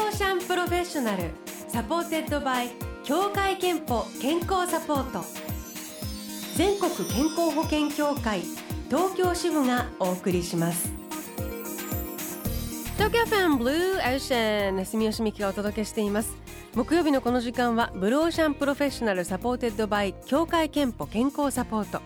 ロフェッショナルサポーテッドバイ協会憲法健康サポート全国健康保険協会東京支部がお送りします東京フェンブルーオーシャン住吉美希がお届けしています木曜日のこの時間はブルーオーシャンプロフェッショナルサポーテッドバイ協会憲法健康サポート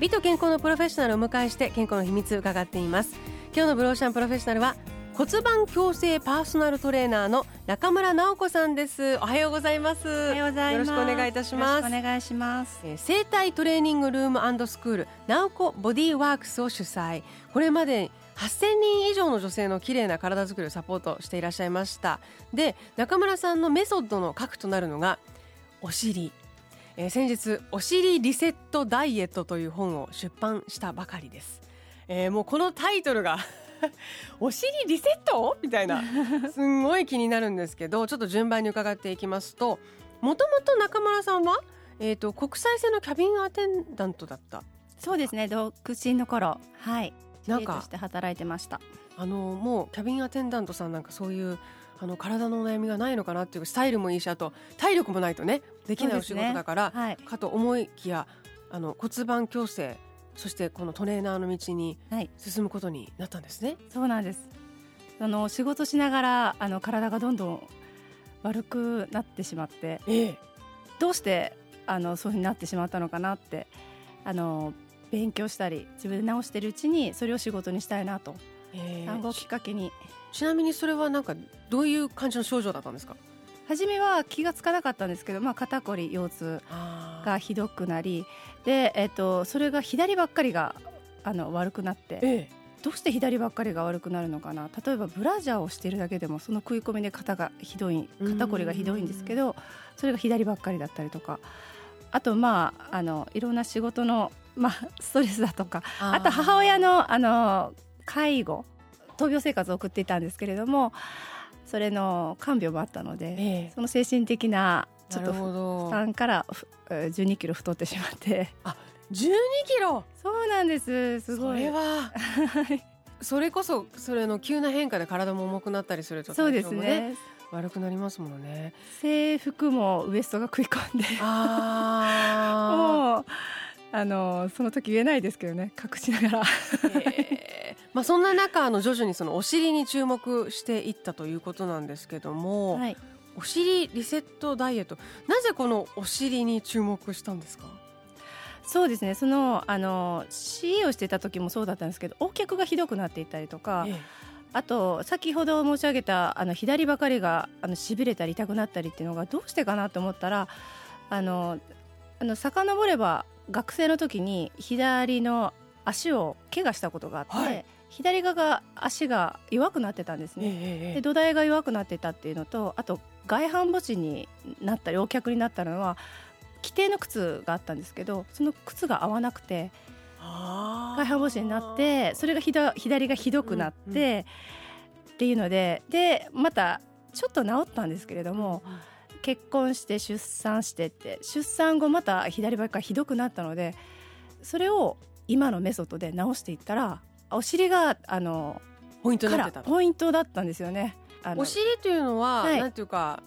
美と健康のプロフェッショナルをお迎えして健康の秘密を伺っています今日のブルーオーシャンプロフェッショナルは骨盤矯正パーソナルトレーナーの中村直子さんですおはようございますおはようございます。よろしくお願いいたしますよろしくお願いします。えー生体トレーニングルームスクールナオコボディーワークスを主催これまで8000人以上の女性の綺麗な体づくりをサポートしていらっしゃいましたで中村さんのメソッドの核となるのがお尻、えー先日「お尻リセットダイエット」という本を出版したばかりです、えーもうこのタイトルが お尻リセットみたい なすんごい気になるんですけどちょっと順番に伺っていきますともともと中村さんはえー、と国際線のキャビンアテンダントだったそうですね。独身の頃、はい。なん女優とかして働いてました。あのもうキャビンアテンダントさんなんかそういうあの体のお悩みがないのかなっていうスタイルもいいしあと体力もないとねできないお仕事だから、はい。かと思いきやあの骨盤矯正そしてこのトレーナーの道にはい進むことになったんですね。そうなんです。あの仕事しながらあの体がどんどん悪くなってしまって、ええどうしてあのそういうふうになってしまったのかなってあの勉強したり自分で直してるうちにそれを仕事にしたいなとええ産後をきっちかけにちなみにそれはなんかどういう感じの症状だったんですか初めは気がつかなかったんですけど、まあ、肩こり腰痛あがひどくなりで、えっとそれが左ばっかりがあの悪くなってええどうして左ばっかりが悪くなるのかな例えばブラジャーをしてるだけでもその食い込みで肩がひどい肩こりがひどいんですけどそれが左ばっかりだったりとかあとまああのいろんな仕事の、まあ、ストレスだとかああと母親のあの介護闘病生活を送っていたんですけれどもそれの看病もあったのでええその精神的なちょっとなるほど負担から1 2キロ太ってしまって 12キロそうなんですすごいそれははいそれこそそれの急な変化で体も重くなったりするとそうです体調もね悪くなりますものね制服もウエストが食い込んで あもうあのその時言えないですけどね隠しながらーへーまあそんな中あの徐々にそのお尻に注目していったということなんですけども、はいお尻リセットダイエットなぜこのお尻に注目したんですかそうですねそのあの CA をしていた時もそうだったんですけど横脚がひどくなっていたりとかええあと先ほど申し上げたあの左ばかりがあの痺れたり痛くなったりっていうのがどうしてかなと思ったらあのあの遡れば学生の時に左の足を怪我したことがあって、はい左側が足が弱くなってたんですええね。ええで土台が弱くなってたっていうのとあと外反母趾になったり横脚になったのは規定の靴があったんですけどその靴が合わなくてあー外反母趾になってそれがひど左がひどくなって、うんっていうのででまたちょっと治ったんですけれども結婚して出産してって出産後また左ばっかりひどくなったのでそれを今のメソッドで治していったらお尻があのポイントにかなっらてたとポイントだったんですよね。あのお尻というのは、はいなんていうか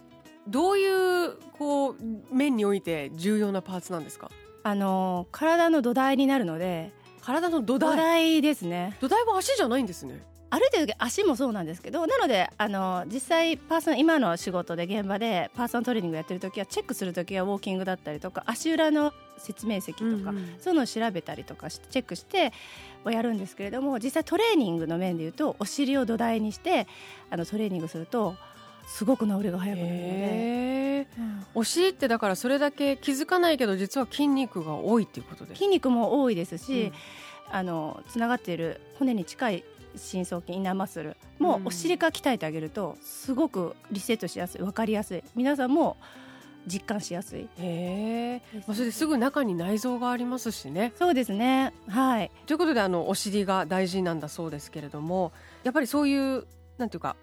どういうこう面において重要なパーツなんですかあの体の土台になるので体の土土台台ですね土台は足じゃないんですね。歩いてる時足もそうなんですけどなのであの実際パーソン今の仕事で現場でパーソントレーニングやってる時はチェックする時はウォーキングだったりとか足裏の説明席とか、うんうんそういうのを調べたりとかしてチェックしてはやるんですけれども実際トレーニングの面でいうとお尻を土台にしてあのトレーニングするとすごく治りが早くなるので。へーうんお尻ってだからそれだけ気づかないけど実は筋肉が多いっていうことです。筋肉も多いですし、うんあのつながっている骨に近い深層筋インナーマッスルもうんお尻から鍛えてあげるとすごくリセットしやすい分かりやすい皆さんも実感しやすいへえ。まあ、それですぐ中に内臓がありますしね。そうですねはいということであのお尻が大事なんだそうですけれどもやっぱりそういうなんていうか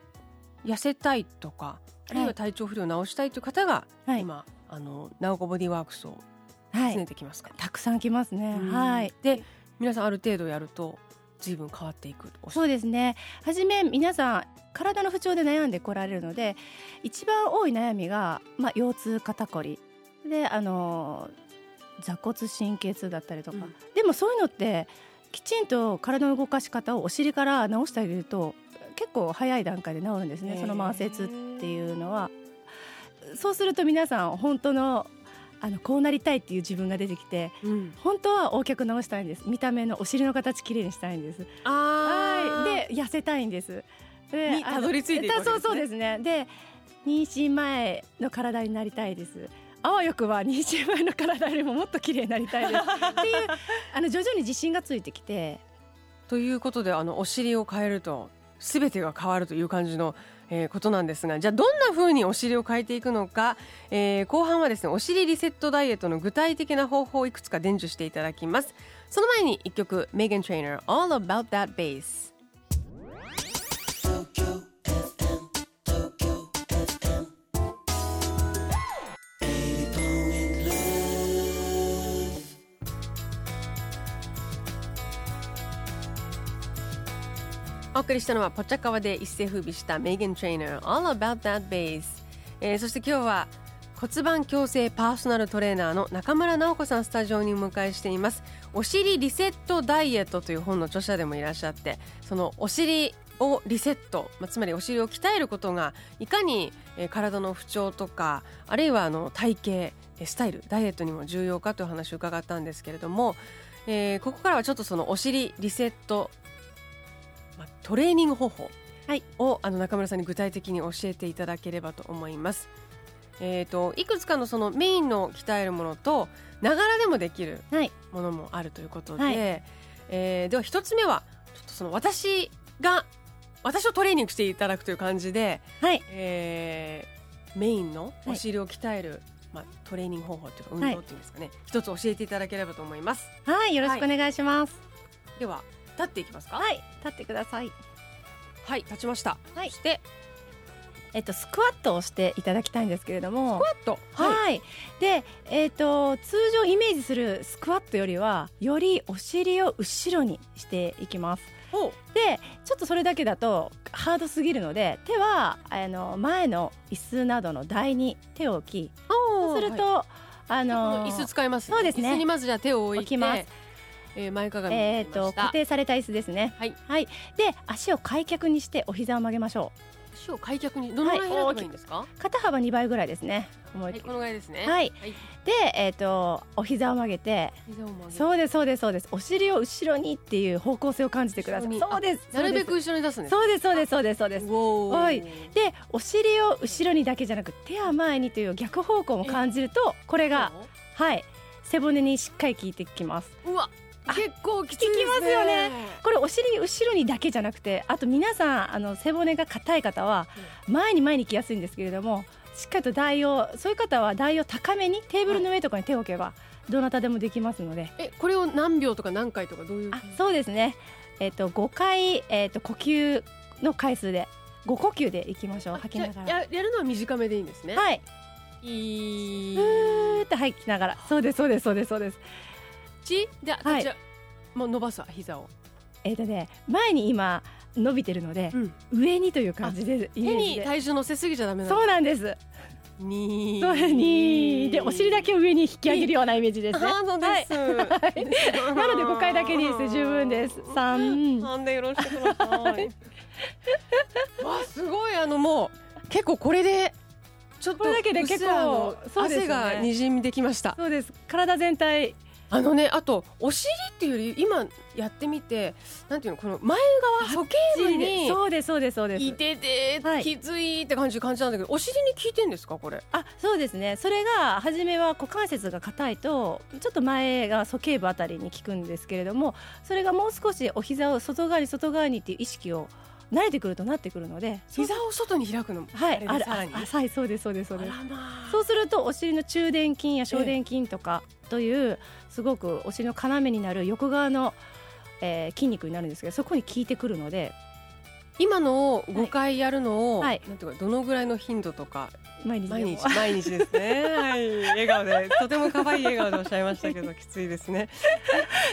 痩せたいとかあるいは体調不良を治したいという方が、はい、今あのナオコボディワークスをは進いめ、てきますか、たくさんきますねうんはいで皆さんある程度やると随分変わっていくとおっしゃそうですね初め皆さん体の不調で悩んでこられるので一番多い悩みが、まあ、腰痛肩こりであの座骨神経痛だったりとか、うんでもそういうのってきちんと体の動かし方をお尻から治してあげると結構早い段階で治るんですねその慢性痛っていうのは。そうすると皆さん本当のあのこうなりたいっていう自分が出てきてうん、本当は O 脚直したいんです見た目のお尻の形きれいにしたいんですあーはい、で痩せたいんです。でにたどり着いていくわけですねそうそうですね。で妊娠前の体になりたいです。あわよくば妊娠前の体よりももっと綺麗になりたい ですっていうあの徐々に自信がついてきてということであのお尻を変えると全てが変わるという感じの、えーことなんですがじゃあどんな風にお尻を変えていくのか、えー後半はですねお尻リセットダイエットの具体的な方法をいくつか伝授していただきますその前に一曲メーガン・トレイナー All About That Bass お送りしたのはポチャカワで一世風靡したメーガン・トレイナー All About That Bass、えーそして今日は骨盤矯正パーソナルトレーナーの中村直子さんスタジオにお迎えしていますお尻リセットダイエットという本の著者でもいらっしゃってそのお尻をリセット、まあ、つまりお尻を鍛えることがいかにえー体の不調とかあるいはあの体型えースタイルダイエットにも重要かというお話を伺ったんですけれども、えーここからはちょっとそのお尻リセット、まあ、トレーニング方法はいをあの中村さんに具体的に教えていただければと思います。えー、といくつかのそのメインの鍛えるものとながらでもできるはいものもあるということで、はいえーでは一つ目はちょっとその私が私をトレーニングしていただくという感じで、はいえーメインのお尻を鍛える、まあ、トレーニング方法というか運動っていうんですかね、一つ教えていただければと思いますはいよろしくお願いします。では立っていきますかはい、立ってください。はい立ちました、はいそしてえっとスクワットをしていただきたいんですけれどもふ。わっとはい、いで、えっと通常イメージするスクワットよりはよりお尻を後ろにしていきます。ほうでちょっとそれだけだとハードすぎるので手はあの前の椅子などの台に手を置きそうすると、はいあの椅子使います、そうですね椅子にまずじゃあ手を置いて置きますえー前かがみにえなー、りまとした固定された椅子ですね。はい、で足を開脚にしてお膝を曲げましょ足を開脚にどのぐらい開けばいいんですか、う肩幅2倍ぐらいですね。思はいいっきりこのぐらいですねはいはい、で、えー、とお膝を曲げて膝を曲げてそうですそうですそうですお尻を後ろにっていう方向性を感じてくだ後さろい。にそうですなるべく後ろに出すんですそうですそうですそうですそうです。おーはいでお尻を後ろにだけじゃなく手や前にという逆方向も感じるとこれがはい背骨にしっかり効いてきますうわあ結構きついですね効きますよねこれお尻後ろにだけじゃなくてあと皆さんあの背骨が硬い方は前に前に来やすいんですけれどもしっかりと台をそういう方は台を高めにテーブルの上とかに手を置けばどなたでもできますのでえこれを何秒とか何回とかどういうあそうですねえっ、と5回えっ、と呼吸の回数で5呼吸でいきましょうあ吐きながじゃらあややるのは短めでいいんですねはいいいふーって吐きながらそうですそうですそうですそうですちであはいじゃあもう伸ばすわ膝をえっ、とね前に今伸びてるので、上にという感じでイメ手ージにで体重乗せすぎちゃダメなそうなんですのにそうにでお尻だけを上に引き上げるようなイメージですねハードですはいなので5回だけにして十分です3なんでよろしくくださ いわすごいあのもう結構これでちょっとこれだけでうっす結構らあのそう汗ですよねがにじみできましたそうです体全体あのねあとお尻っていうより今やってみてなんていうのこの前側鼠径部にそうですそうですそうですいててはいきついって感じ感じなんだけどお尻に効いてんですかこれあそうですねそれが初めは股関節が硬いとちょっと前が鼠径部あたりに効くんですけれどもそれがもう少しお膝を外側に外側にっていう意識を慣れてくるとなってくるのでそう膝を外に開くのもはあれいであさらにあ浅いそうですそうですそうあですらまあそうするとお尻の中殿筋や小殿筋とかというすごくお尻の要になる横側の、えー筋肉になるんですけどそこに効いてくるので今のを5回やるのを、はいなんていうかどのぐらいの頻度とか毎日でも毎日毎日ですね。はい、笑顔でとても可愛い笑顔でおっしゃいました けどきついですね。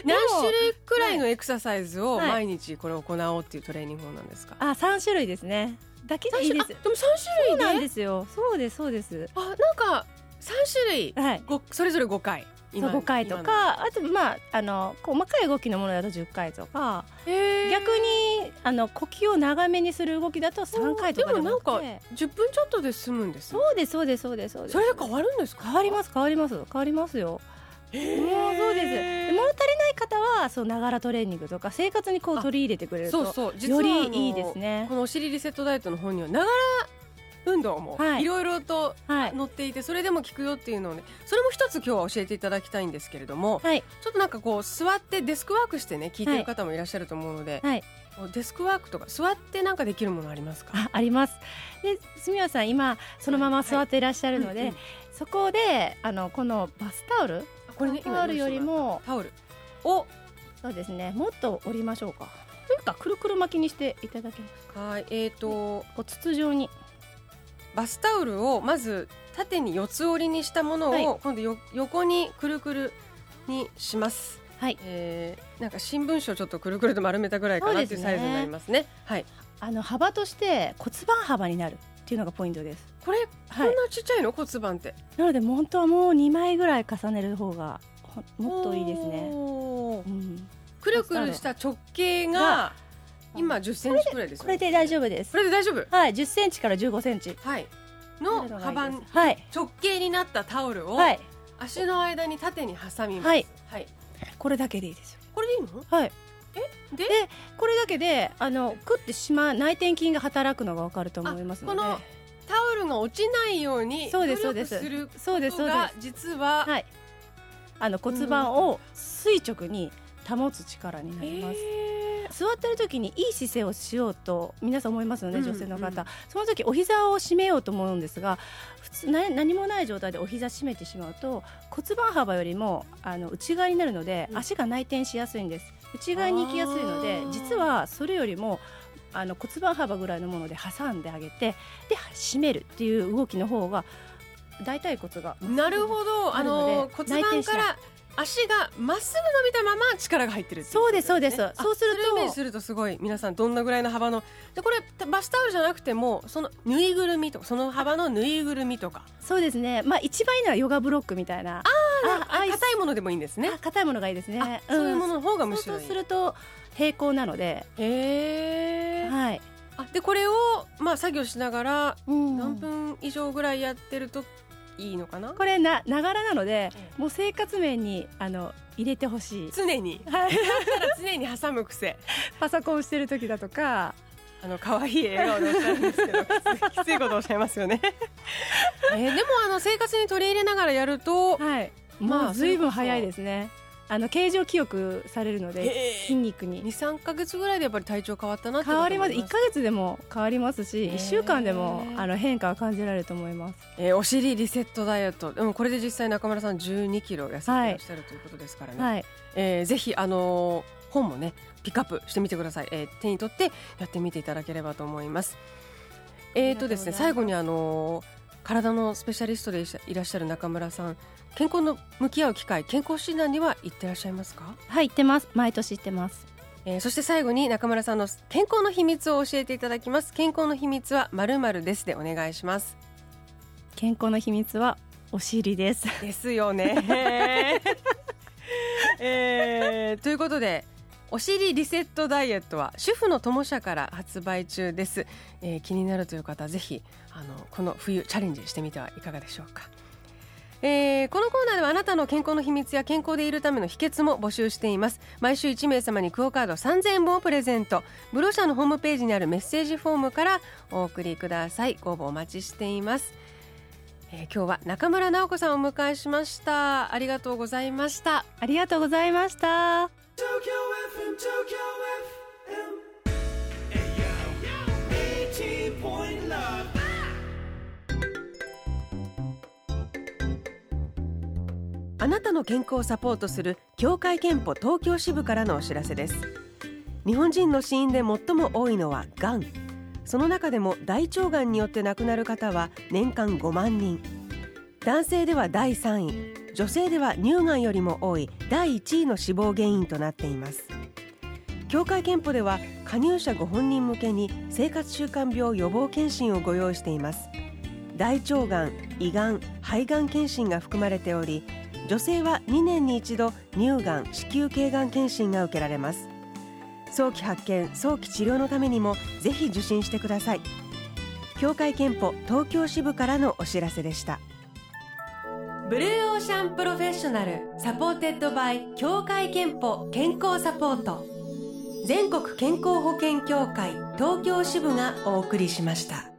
何種類くらいのエクササイズをはい毎日これを行おうっていうトレーニング法なんですか。 あ三種類ですねだけでいい三種であすでも三そう種なん類で。ですよそうですそうですあなんか三種類はいごそれぞれ五回。そう5回と。かあとまああの細かい動きのものだと10回とか今へー逆にあの呼吸を長めにする動きだと3回とかでもよくおーでもて十分ちょっとで済むんですね。そうですそうですそうですそうですそれで変わるんですか。変わります変わります変わりますよへもうー。そうですで物足りない方はそうながらトレーニングとか生活にこうあ取り入れてくれるとそうそう。実はよあのりいいですねこのお尻リセットダイエットの本にはながら運動もはいいろいろとはい載っていてそれでも効くよっていうのをねそれも一つ今日は教えていただきたいんですけれどもはいちょっとなんかこう座ってデスクワークしてね聞いてる方もいらっしゃると思うので、はいこうデスクワークとか座ってなんかできるものありますかあありますで住谷さん今そのまま座っていらっしゃるので、うんうんそこであのこのバスタオルあこれねタオルよりもタオルをそうですねもっと折りましょうかというかくるくる巻きにしていただけますかはいえー、とこう筒状にバスタオルをまず縦に四つ折りにしたものを、は今度よ横にくるくるにします。はいえー、なんか新聞紙をちょっとくるくると丸めたぐらいかなっていうそうですねサイズになりますね。はい。あの幅として骨盤幅になるっていうのがポイントですこれ、はいこんなちっちゃいの骨盤って。なのでもう本当はもう2枚ぐらい重ねる方がほもっといいですね、おーうん、くるくるした直径がは今10センチくらいですよこねれで大丈夫ですこれで大丈夫はい1 0ンチから1 5ンチはいの幅幅はい直径になったタオルをはい足の間に縦に挟みますはい、はい、これだけでいいですよこれでいいのはいでこれだけであのクってしまう内転筋が働くのがわかると思いますのであこのタオルが落ちないようにそう努ですそ力うですするそうでこすそとうでがす実は、はいあの骨盤を垂直に保つ力になります、えー座ってる時にいい姿勢をしようと皆さん思いますよね、うん女性のうん方、その時お膝を締めようと思うんですが普通な何もない状態でお膝締めてしまうと骨盤幅よりもあの内側になるので、うん足が内転しやすいんです内側に行きやすいのであー実はそれよりもあの骨盤幅ぐらいのもので挟んであげてで締めるっていう動きの方が大腿骨がなるほどあのなるので骨盤から足がまっすぐ伸びたまま力が入ってるっていことですねそうですそうですあそうするとれをイメージするとすごい皆さんどんなぐらいの幅のでこれバスタオルじゃなくてもそのぬいぐるみとかその幅のぬいぐるみとかそうですねまあ一番いいのはヨガブロックみたいなあああい硬いものでもいいんですねあ硬いものがいいですねあそういうもののの方がむそうしろいいすると平行なので、へえはい、あでこれをまあ作業しながらうん何分以上ぐらいやってるといいのかな、これなながらなのでえもう生活面にあの入れてほしい、常にはい、常に挟む癖 パソコンしてる時だとかあの可愛い笑顔でおっしゃるんですけ どきついきついことをおっしゃいますよねえーでもあの生活に取り入れながらやるとはいまあもう随分早いですねあの形状記憶されるのでへえ筋肉に23か月ぐらいでやっぱり体調変わったなって変わります1一か月でも変わりますへしえ1週間でもあの変化が感じられると思いますえーお尻リセットダイエットでもこれで実際中村さん1 2キロ痩せていらっしゃるということですからね、はいえーぜひあのー本もねピックアップしてみてください、えー手に取ってやってみていただければと思いますえーとですねありがとうございます最後にあのー体のスペシャリストでいしいらっしゃる中村さん健康の向き合う機会健康診断には行ってらっしゃいますか、はい行ってます毎年行ってますえーそして最後に中村さんの健康の秘密を教えていただきます健康の秘密はまるまるですでお願いします健康の秘密はお尻ですですよね、 えーということでお尻リセットダイエットは主婦の友社から発売中です、えー気になるという方ぜひあのこの冬チャレンジしてみてはいかがでしょうかえーこのコーナーではあなたの健康の秘密や健康でいるための秘訣も募集しています毎週1名様にクオカード3000円分をプレゼントブロシャのホームページにあるメッセージフォームからお送りくださいご応募お待ちしていますえー今日は中村直子さんをお迎えしましたありがとうございました ありがとうございました。 Tokyo FM, Tokyo FM. Hey yo, 80.9. Ah! あなたの健康をサポートする協会憲法東京支部からのお知らせです日本人の死因で最も多いのはがんその中でも大腸がんによって亡くなる方は年間5万人男性では第3位女性では乳がんよりも多い第1位の死亡原因となっています協会憲法では加入者ご本人向けに生活習慣病予防検診をご用意しています大腸がん胃がん肺がん検診が含まれており女性は2年に一度乳がん子宮頸がん検診が受けられます早期発見早期治療のためにもぜひ受診してください協会憲法東京支部からのお知らせでしたブルーオーシャンプロフェッショナルサポーテッドバイ協会憲法健康サポート全国健康保険協会東京支部がお送りしました。